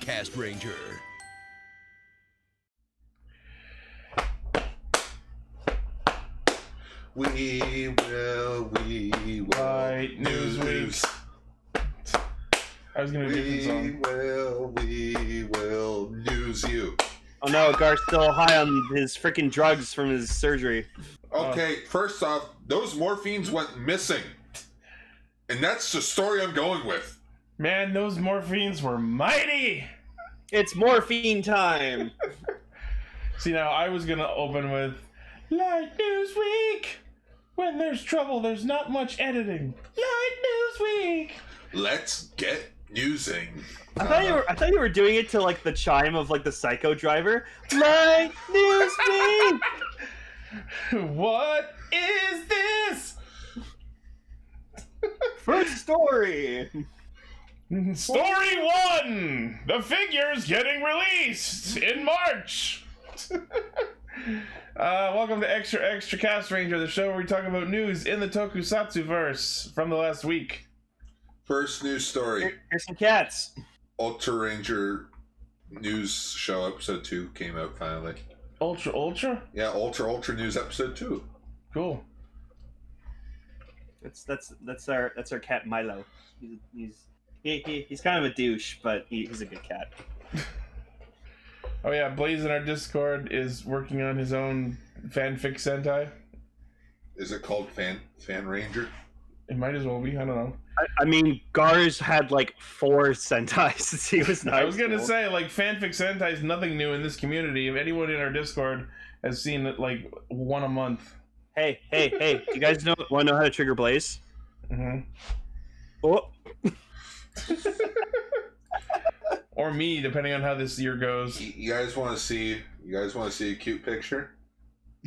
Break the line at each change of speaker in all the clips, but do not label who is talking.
Cast Ranger.
We will, we will.
Right, Newsweek. I was gonna do a different
We
song.
will, we will news you.
Oh no, Gar's still high on his freaking drugs from his surgery.
Uh.
Okay, first off, those morphines went missing. And that's the story I'm going with.
Man, those morphines were mighty.
It's morphine time.
See now, I was gonna open with Light News Week. When there's trouble, there's not much editing. Light News Week.
Let's get newsing.
I thought you were I thought you were doing it to like the chime of like the psycho driver. Light news week!
what is this
First story.
story one? The figures getting released in March. Uh, welcome to Extra Extra Cast Ranger, the show where we talk about news in the tokusatsu verse from the last week.
First news story
Here- Here's some cats.
Ultra Ranger news show episode 2 came out finally.
Ultra Ultra?
Yeah, Ultra Ultra News episode 2.
Cool.
That's that's that's our that's our cat Milo. He's he's he, he, he's kind of a douche, but he, he's a good cat.
Oh yeah, Blaze in our Discord is working on his own fanfic Sentai.
Is it called Fan Fan Ranger?
It might as well be. I don't know.
I, I mean, Gar's had like four Sentai since he was nine.
I was gonna
old.
say like fanfic Sentai is nothing new in this community. If anyone in our Discord has seen it, like one a month.
Hey, hey, hey! Do you guys know want to know how to trigger Blaze?
hmm
Oh,
Or me, depending on how this year goes.
Y- You guys want to see? You guys want to see a cute picture?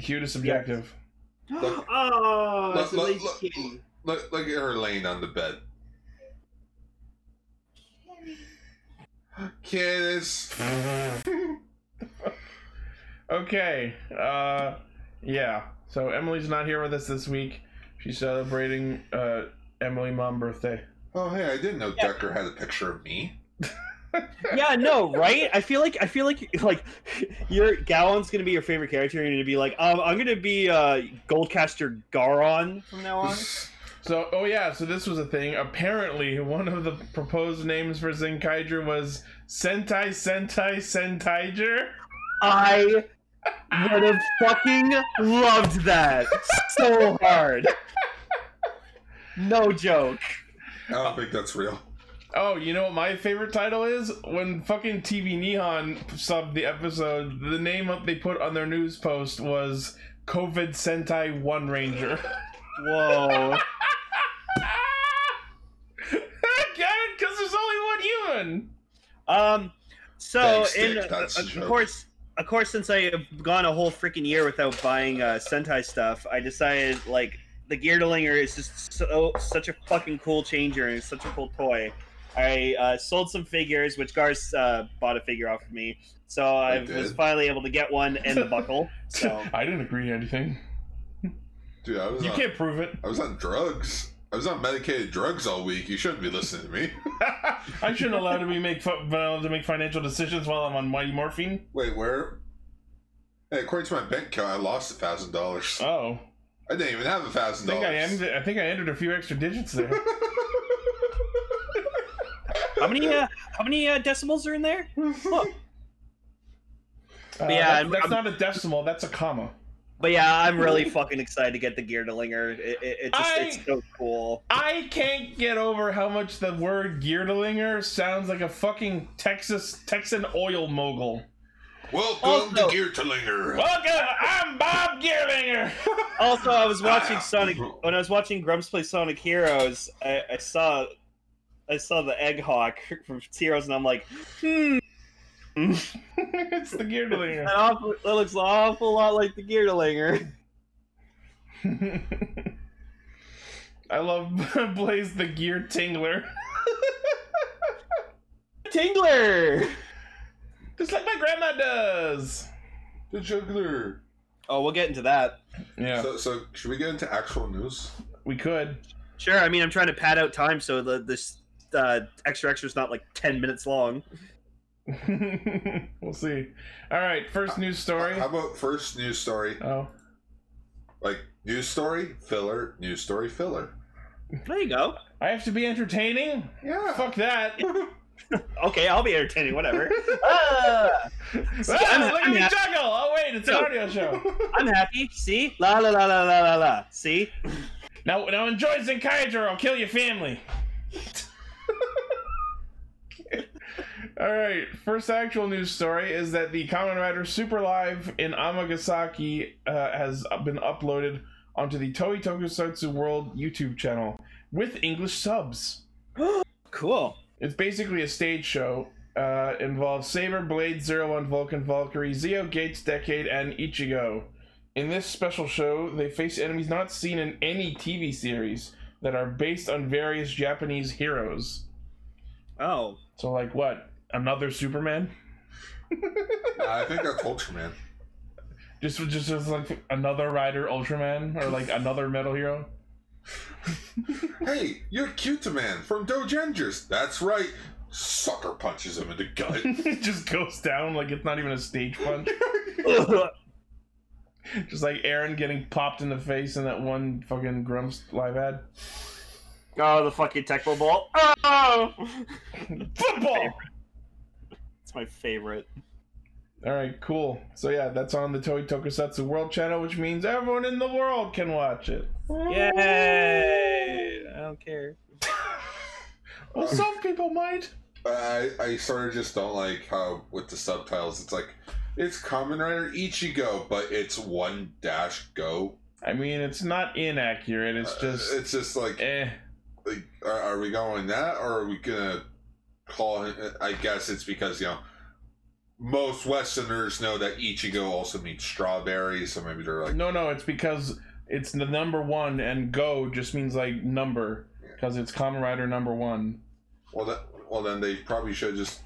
Cute is subjective.
Look.
oh,
Look,
it's a
look,
lazy
look,
kitty.
Look, look at her laying on the bed. Kiss.
Okay. Uh, yeah. So Emily's not here with us this week. She's celebrating uh, Emily mom birthday.
Oh hey, I didn't know
Yeah.
Decker had a picture of me.
yeah, no, right? I feel like I feel like like your Galon's gonna be your favorite character. You're gonna be like, um, I'm gonna be uh, Goldcaster Garon from now on.
So, oh yeah, so this was a thing. Apparently, one of the proposed names for Zenkaiger was Sentai Sentai Sentaiger.
I would have fucking loved that so hard. No joke.
I don't think that's real.
Oh, you know what my favorite title is? When fucking TV Nihon subbed the episode, the name up they put on their news post was COVID Sentai One Ranger.
Whoa.
because there's only one human.
Um. So,
Thanks,
in, uh,
Dick. That's a
of
joke.
course, of course, since I have gone a whole freaking year without buying uh, Sentai stuff, I decided like the Geardlinger is just so such a fucking cool changer and it's such a cool toy. I uh, sold some figures, which Garth uh, bought a figure off of me, so I,
did.
was finally able to get one and the buckle. So
I didn't agree to anything.
Dude, I was
You
on,
can't prove it.
I was on drugs. I was on medicated drugs all week. You shouldn't be listening to me.
I shouldn't allow to be make fu- allowed to make financial decisions while I'm on mighty morphine.
Wait, where? Hey, according to my bank account, I lost a thousand dollars.
Oh,
I didn't even have a
I
thousand
think I
dollars.
ended, I think I entered a few extra digits there. Uh,
how many uh, how many uh, decimals are in there?
Uh,
Yeah,
that's-
I'm-
that's
I'm-
not a decimal. That's a comma.
But yeah, I'm really fucking excited to get the Geardlinger. It, it, it just,
I-
it's so cool.
I can't get over how much the word Geardlinger sounds like a fucking Texas Texan oil mogul.
Welcome
Also-
to Geertlinger.
Welcome, uh, I'm Bob Gearlinger.
Also, I was watching
Ah.
Sonic when I was watching Grumps play Sonic Heroes. I, I saw, I saw the Egg Hawk from Heroes, and I'm like, hmm,
it's the Geardlinger.
that, awful, that looks an awful lot like the Geardlinger.
I love Blaze the Gear Tingler.
Tingler.
Just like my grandma does.
The juggler.
Oh, we'll get into that.
Yeah,
So, so should we get into actual news?
we could.
Sure. I mean, I'm trying to pad out time so the this uh, extra extra is not like ten minutes long.
we'll see. All right, first news story.
How about first news story?
Oh,
Like news story filler, news story filler.
There you go.
I have to be entertaining.
Yeah.
Fuck that.
Okay, I'll be entertaining. Whatever. Ah,
Ah,
I'm-
look
I'm
at me
happy.
juggle. Oh wait, it's an
No.
audio show.
I'm happy. See, la la la la la la la. See,
Now, now enjoy Zenkaiger or I'll kill your family. All right. First actual news story is that the Kamen Rider Super Live in Amagasaki uh, has been uploaded onto the Toei Tokusatsu World YouTube channel with English subs.
cool.
It's basically a stage show. Uh, involves Saber, Blade, Zero One, Vulcan, Valkyrie, Zeo, Gates, Decade, and Ichigo. In this special show, they face enemies not seen in any TV series that are based on various Japanese heroes.
Oh,
So, like what? Another Superman?
I think that's Ultraman.
Just, just, just like another Rider Ultraman, or like another Metal Hero?
Hey, you're cute man from Dojangers. That's right. Sucker punches him in the gut.
It just goes down like it's not even a stage punch. just like Aaron getting popped in the face in that one fucking Grumps live ad.
Oh, the fucking Tecmo Bowl. Oh!
Football.
It's my favorite.
All right, cool. So yeah, that's on the Toei Tokusatsu World Channel, which means everyone in the world can watch it.
Yay! I don't care.
Well, Oh, some people might.
I, I sort of just don't like how with the subtitles it's like it's Kamen Rider Ichigo, but it's one dash go.
I mean, it's not inaccurate. It's
Uh,
just
it's just like,
eh.
like, are, are we going that or are we gonna call him? I guess it's because you know most Westerners know that Ichigo also means strawberry, so maybe they're like,
No, no, it's because it's the number one, and go just means like number because it's Kamen Rider number one.
well, that, well then they probably should just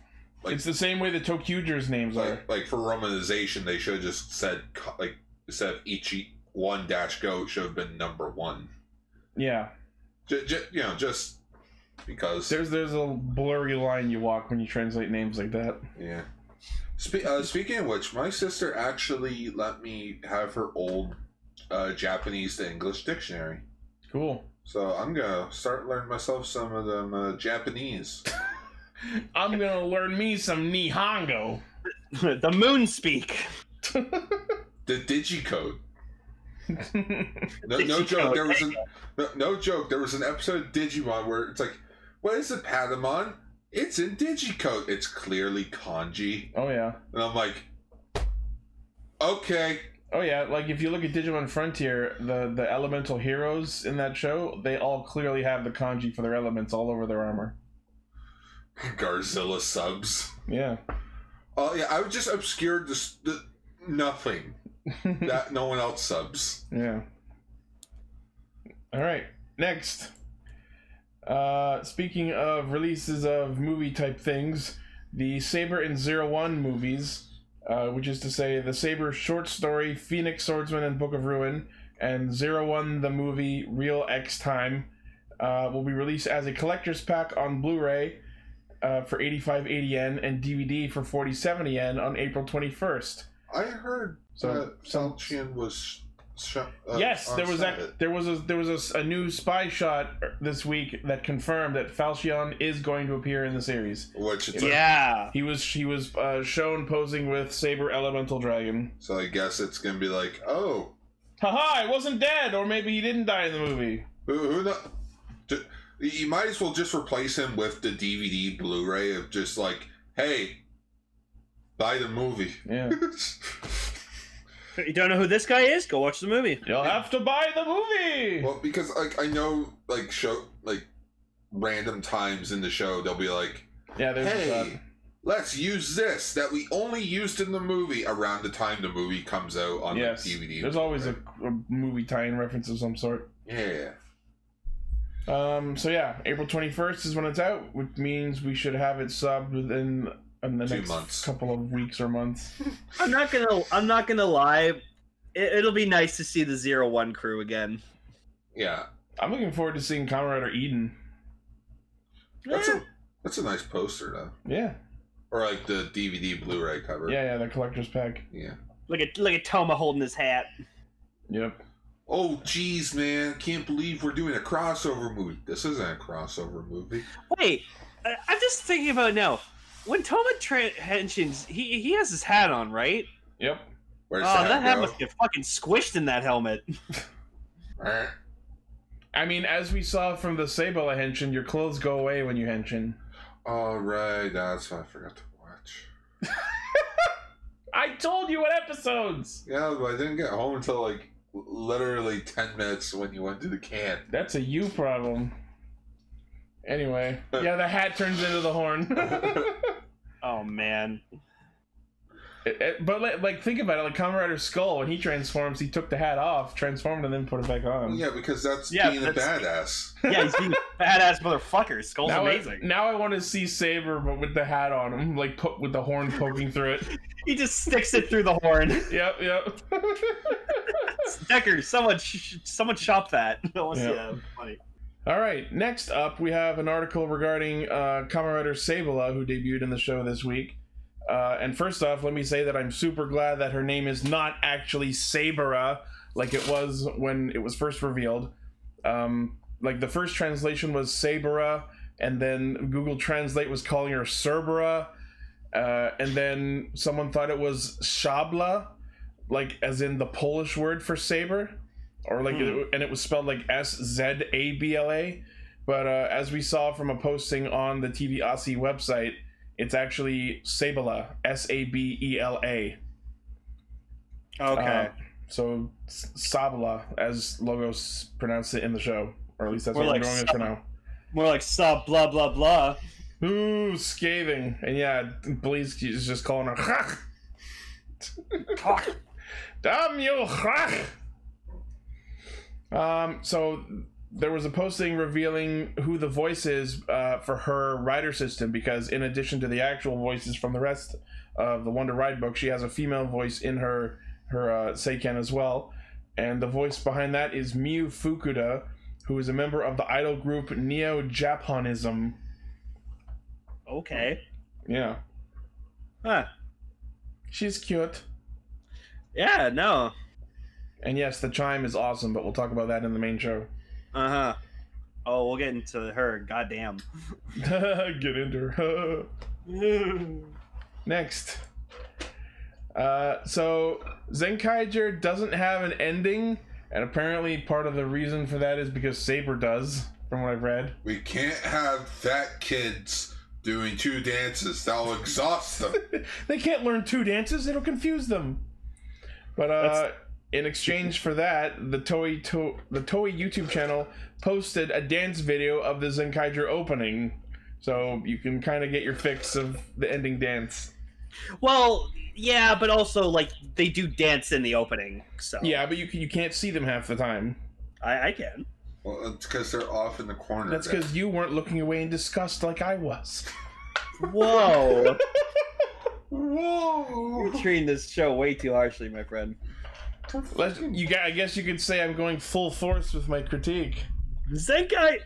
Like-
it's the same way the Tokyuger's names are.
like like for romanization they should have just said co- like instead of Ichi one dash go it should have been number one.
Yeah,
J- j- you know just because.
there's there's a blurry line you walk when you translate names like that.
Yeah. Spe- uh, speaking of which, my sister actually let me have her old uh, Japanese to English dictionary.
Cool.
So I'm gonna start learning myself some of them uh, Japanese.
I'm gonna learn me some Nihongo.
the moon speak.
The digicode. No, no
Digicode,
joke. There was an, no, no joke. There was an episode of Digimon where it's like, what is a Patamon? It's in digicode. It's clearly kanji,
oh yeah.
and I'm like, okay,
Oh yeah, like if you look at Digimon Frontier, the the elemental heroes in that show, they all clearly have the kanji for their elements all over their armor.
Garzilla subs.
Yeah.
Oh yeah, I would just obscure the, s- the nothing that no one else subs.
Yeah. All right. Next. Uh, speaking of releases of movie type things, the Saber and Zero One movies, uh, which is to say the Saber short story Phoenix Swordsman and Book of Ruin, and Zero One the movie Real X Time, uh, will be released as a collector's pack on Blu ray uh, for 85.80 yen and DVD for 47 yen on April 21st.
I heard
So-
that Falchion was. Sh- uh,
yes,
on
there was
set.
that. There was a there was a s- a, new spy shot this week that confirmed that Falchion is going to appear in the series.
Which it's like,
Yeah.
He was he was uh, shown posing with Saber Elemental Dragon.
so I guess it's gonna be like, oh,
Haha! I wasn't dead, or maybe he didn't die in the movie.
who, who kno- Ju- You might as well just replace him with the DVD Blu-ray of just like, hey, buy the movie.
Yeah,
You don't know who this guy is? Go watch the movie.
you'll have to buy the movie.
Well, because like I know like show like random times in the show they'll be like,
yeah, there's a shot.
hey, let's use this that we only used in the movie around the time the movie comes out on
Yes,
the DVD.
there's always a, a movie tie-in reference of some sort.
yeah.
Um, so yeah, April 21st is when it's out, which means we should have it subbed within in the
Two
next
months.
couple of weeks or months.
I'm not gonna. I'm not gonna lie. It, it'll be nice to see the Zero One crew again.
Yeah.
I'm looking forward to seeing Kamen Rider Eden.
That's
Eh,
a that's a nice poster though.
Yeah.
or like the DVD Blu-ray cover.
Yeah, yeah, the collector's pack.
Yeah.
Look at look at Toma holding his hat.
Yep.
Oh geez, man! Can't believe we're doing a crossover movie. This isn't a crossover movie.
Wait, I- I'm just thinking about it now. When Toma transitions, he he has his hat on, right?
Yep.
Where's
Oh, that
that,
hat
go?
must get fucking squished in that helmet.
Eh.
I mean, as we saw from the Sabella Henshin, your clothes go away when you Henshin.
All right, that's what I forgot to watch.
I told you what episodes!
Yeah, but I didn't get home until like literally ten minutes when you went to the can.
That's a you problem. Anyway, yeah, the hat turns into the horn.
Oh man.
It- it- but like, like, think about it. Like Kamen Rider Skull, when he transforms, he took the hat off, transformed, and then put it back on.
Yeah, because that's
Um, Yeah,
being a badass.
Yeah, he's being a badass motherfucker. Skull's
Now I,
amazing.
now I want to see Saber, but with the hat on him, like po- with the horn poking through it.
He just sticks it through the horn.
Yep, yep.
Decker, someone, sh- someone shop that. I wanna see
Yeah.
that. That's funny.
All right. Next up, we have an article regarding uh, Kamen Rider Sabala, who debuted in the show this week. Uh, and first off, let me say that I'm super glad that her name is not actually Sabara, like it was when it was first revealed. Um, like the first translation was Sabara, and then Google Translate was calling her Cerbera, uh, and then someone thought it was Shabla, like as in the Polish word for saber, or like,
Hmm.
and it was spelled like S Z A B L A. But uh, as we saw from a posting on the TV Aussie website, it's actually Sabela, S A B E L A.
Okay.
Uh, so S- Sabla, as Logos pronounced it in the show, or at least that's
We're
what
like
we're going with for now.
More like sub blah blah blah.
Ooh, scathing. And yeah, Blaze is just calling her. "Hach." Damn you, hach! Um, so there was a posting revealing who the voice is uh, for her rider system because, in addition to the actual voices from the rest of the Wonder Ride book, she has a female voice in her her uh, Seiken as well. And the voice behind that is Miyu Fukuda, who is a member of the idol group Neo Japonism.
Okay.
Yeah.
Huh.
She's cute.
Yeah. No.
And yes, the chime is awesome, but we'll talk about that in the main show.
Uh huh. Oh, we'll get into her. Goddamn.
Get into her. Next. Uh, so, Zenkaiger doesn't have an ending, and apparently part of the reason for that is because Saber does, from what I've read.
We can't have fat kids doing two dances. That'll exhaust them.
They can't learn two dances, it'll confuse them. But uh,
That's-
in exchange for that, the Toei, to- the Toei YouTube channel posted a dance video of the Zenkaiger opening. So you can kind of get your fix of the ending dance.
well, yeah, but also like they do dance in the opening, so
Yeah, but you can, you can't see them half the time.
I, I can.
well, it's because they're off in the corner.
That's
there.
because you weren't looking away in disgust like I was.
Whoa.
Whoa!
You're treating this show way too harshly, my friend.
Let's, you got, I guess you could say I'm going full force with my critique.
Zenkai.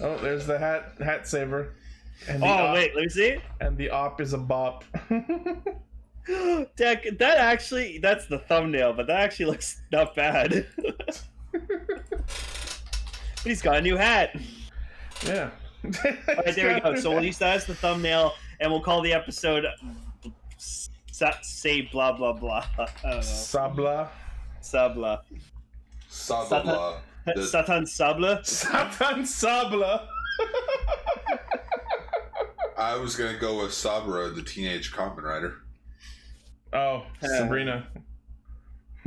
Oh, there's the hat hat saber. And the uh,
Oh
op,
wait, let me see.
And the op is a bop.
Deck, that actually that's the thumbnail, but that actually looks not bad. but he's got a new hat.
yeah.
All right, there we go. So we'll use that as the thumbnail, and we'll call the episode s- "Say Blah Blah Blah." I don't know.
Sabla.
Sabla.
Sabala. The-
Satan Sabla.
Satan Sabla.
I was gonna go with Sabra, the teenage common rider.
Oh,
Uh,
Sabrina.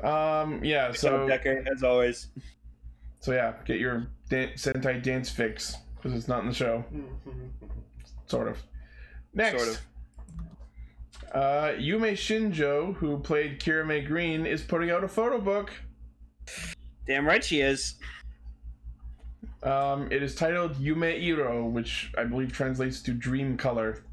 um, yeah,
So
so
Decker, as always.
So yeah, get your dan- Sentai dance fix because it's not in the show. Sort of. Next.
Mm-hmm. Sort of.
Uh, Yume Shinjo, who played Kirame Green, is putting out a photo book.
Damn right she is.
Um, it is titled Yume Iro, which I believe translates to Dream Color.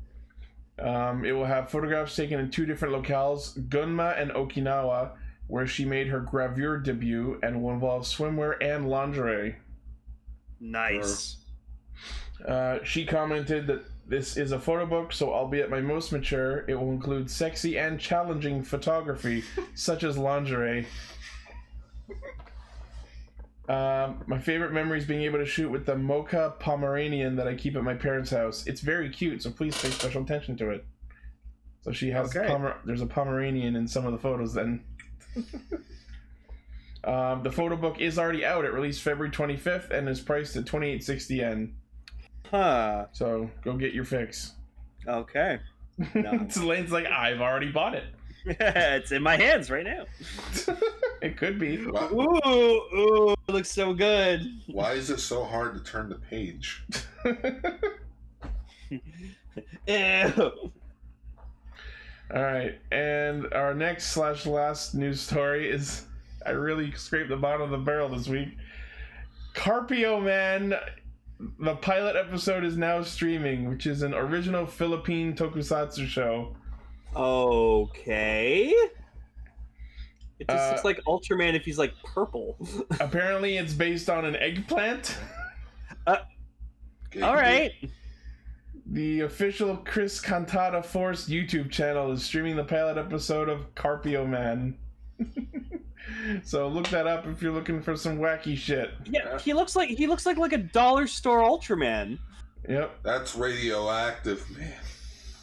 Um, it will have photographs taken in two different locales, Gunma and Okinawa, where she made her gravure debut, and will involve swimwear and lingerie.
Nice.
Uh, she commented that This is a photo book, so albeit my most mature, it will include sexy and challenging photography, such as lingerie. Um, my favorite memory is being able to shoot with the mocha Pomeranian that I keep at my parents' house. It's very cute, so please pay special attention to it. So she has
Okay.
Pomer- there's a Pomeranian in some of the photos. Then um, the photo book is already out. It released February 25th and is priced at 28.60 yen.
Huh.
So go get your fix.
Okay. No.
So Lane's like, I've already bought it.
it's in my hands right now.
It could be.
Why,
Ooh, ooh, it looks so good.
why is it so hard to turn the page?
Ew.
All right, and our next slash last news story is I really scraped the bottom of the barrel this week. Carpio Man, the pilot episode is now streaming, which is an original Philippine tokusatsu show.
Okay. It just
Uh,
looks like Ultraman if he's like purple.
Apparently, it's based on an eggplant.
Okay,
All right.
The official Chris Cantata Force YouTube channel is streaming the pilot episode of Carpio Man. so look that up if you're looking for some wacky shit.
Yeah, he looks like he looks like like a dollar store Ultraman.
Yep,
That's radioactive, man.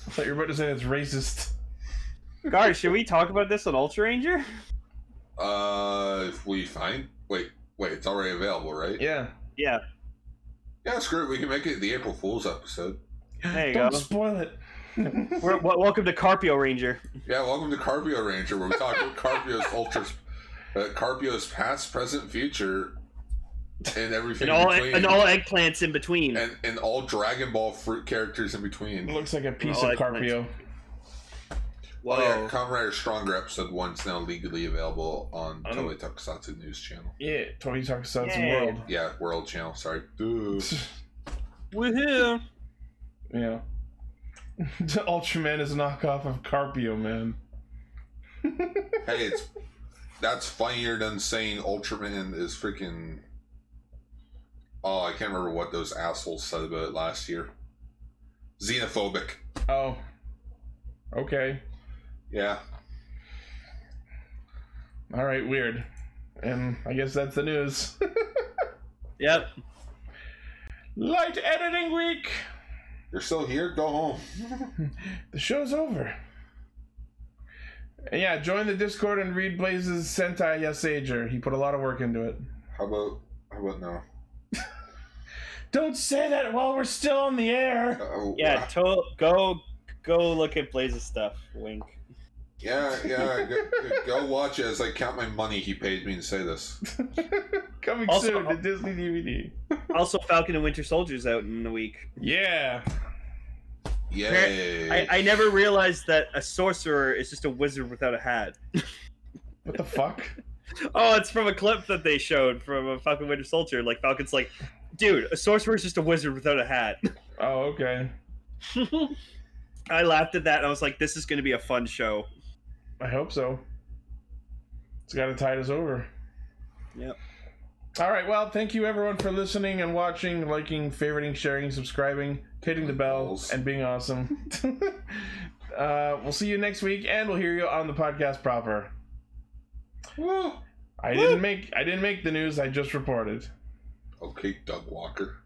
I thought you were about to say it's racist.
Gar, should we talk about this on Ultra Ranger?
Uh, if we find. Wait, wait, it's already available, right?
Yeah.
Yeah, screw it. We can make it the April Fool's episode.
There you
Don't
go.
spoil it.
We're, w- welcome to Carpio Ranger.
Yeah, welcome to Carpio Ranger, where we talk about Carpio's ultras, uh, Carpio's past, present, future, and everything
and all
in between,
and all eggplants in between.
and, and all Dragon Ball fruit characters in between.
It looks like a piece
Oh,
of
that's
Carpio.
Whoa.
Oh yeah, Comrade Stronger episode one's now legally available on
Um,
Toei Tokusatsu News Channel.
Yeah, Tony Tokusatsu
Yay.
World.
Yeah, World Channel. Sorry. Duh.
Woohoo!
yeah. Ultraman is a knockoff of Carpio, man.
hey, it's that's funnier than saying Ultraman is freaking. Oh, I can't remember what those assholes said about it last year. Xenophobic.
Oh. Okay.
Yeah.
All right, weird. And I guess that's the news.
Yep.
Light editing week!
You're still here? Go home.
The show's over. And yeah, join the Discord and read Blaze's Sentai Yesager. He put a lot of work into it.
How about how about now?
Don't say that while we're still on the air!
Oh,
Yeah. To- go go look at Blaze's stuff. Wink.
yeah, yeah. Go, go watch it as I count my money he paid me to say this.
Coming
Also-
soon to Disney DVD.
Also, Falcon and Winter Soldier's out in a week.
Yeah.
Yay!
I, I never realized that a sorcerer is just a wizard without a hat.
What the fuck?
Oh, it's from a clip that they showed from a Falcon Winter Soldier. Like Falcon's like, dude, a sorcerer is just a wizard without a hat.
Oh, okay.
I laughed at that. And I was like, this is going to be a fun show.
I hope so. It's got to tide us over.
Yep.
All right. Well, thank you everyone for listening and watching, liking, favoriting, sharing, subscribing, hitting the bell,
Balls.
and being awesome. uh, we'll see you next week, and we'll hear you on the podcast proper.
Woo.
I didn't make I didn't make the news. I just reported.
Okay, Doug Walker.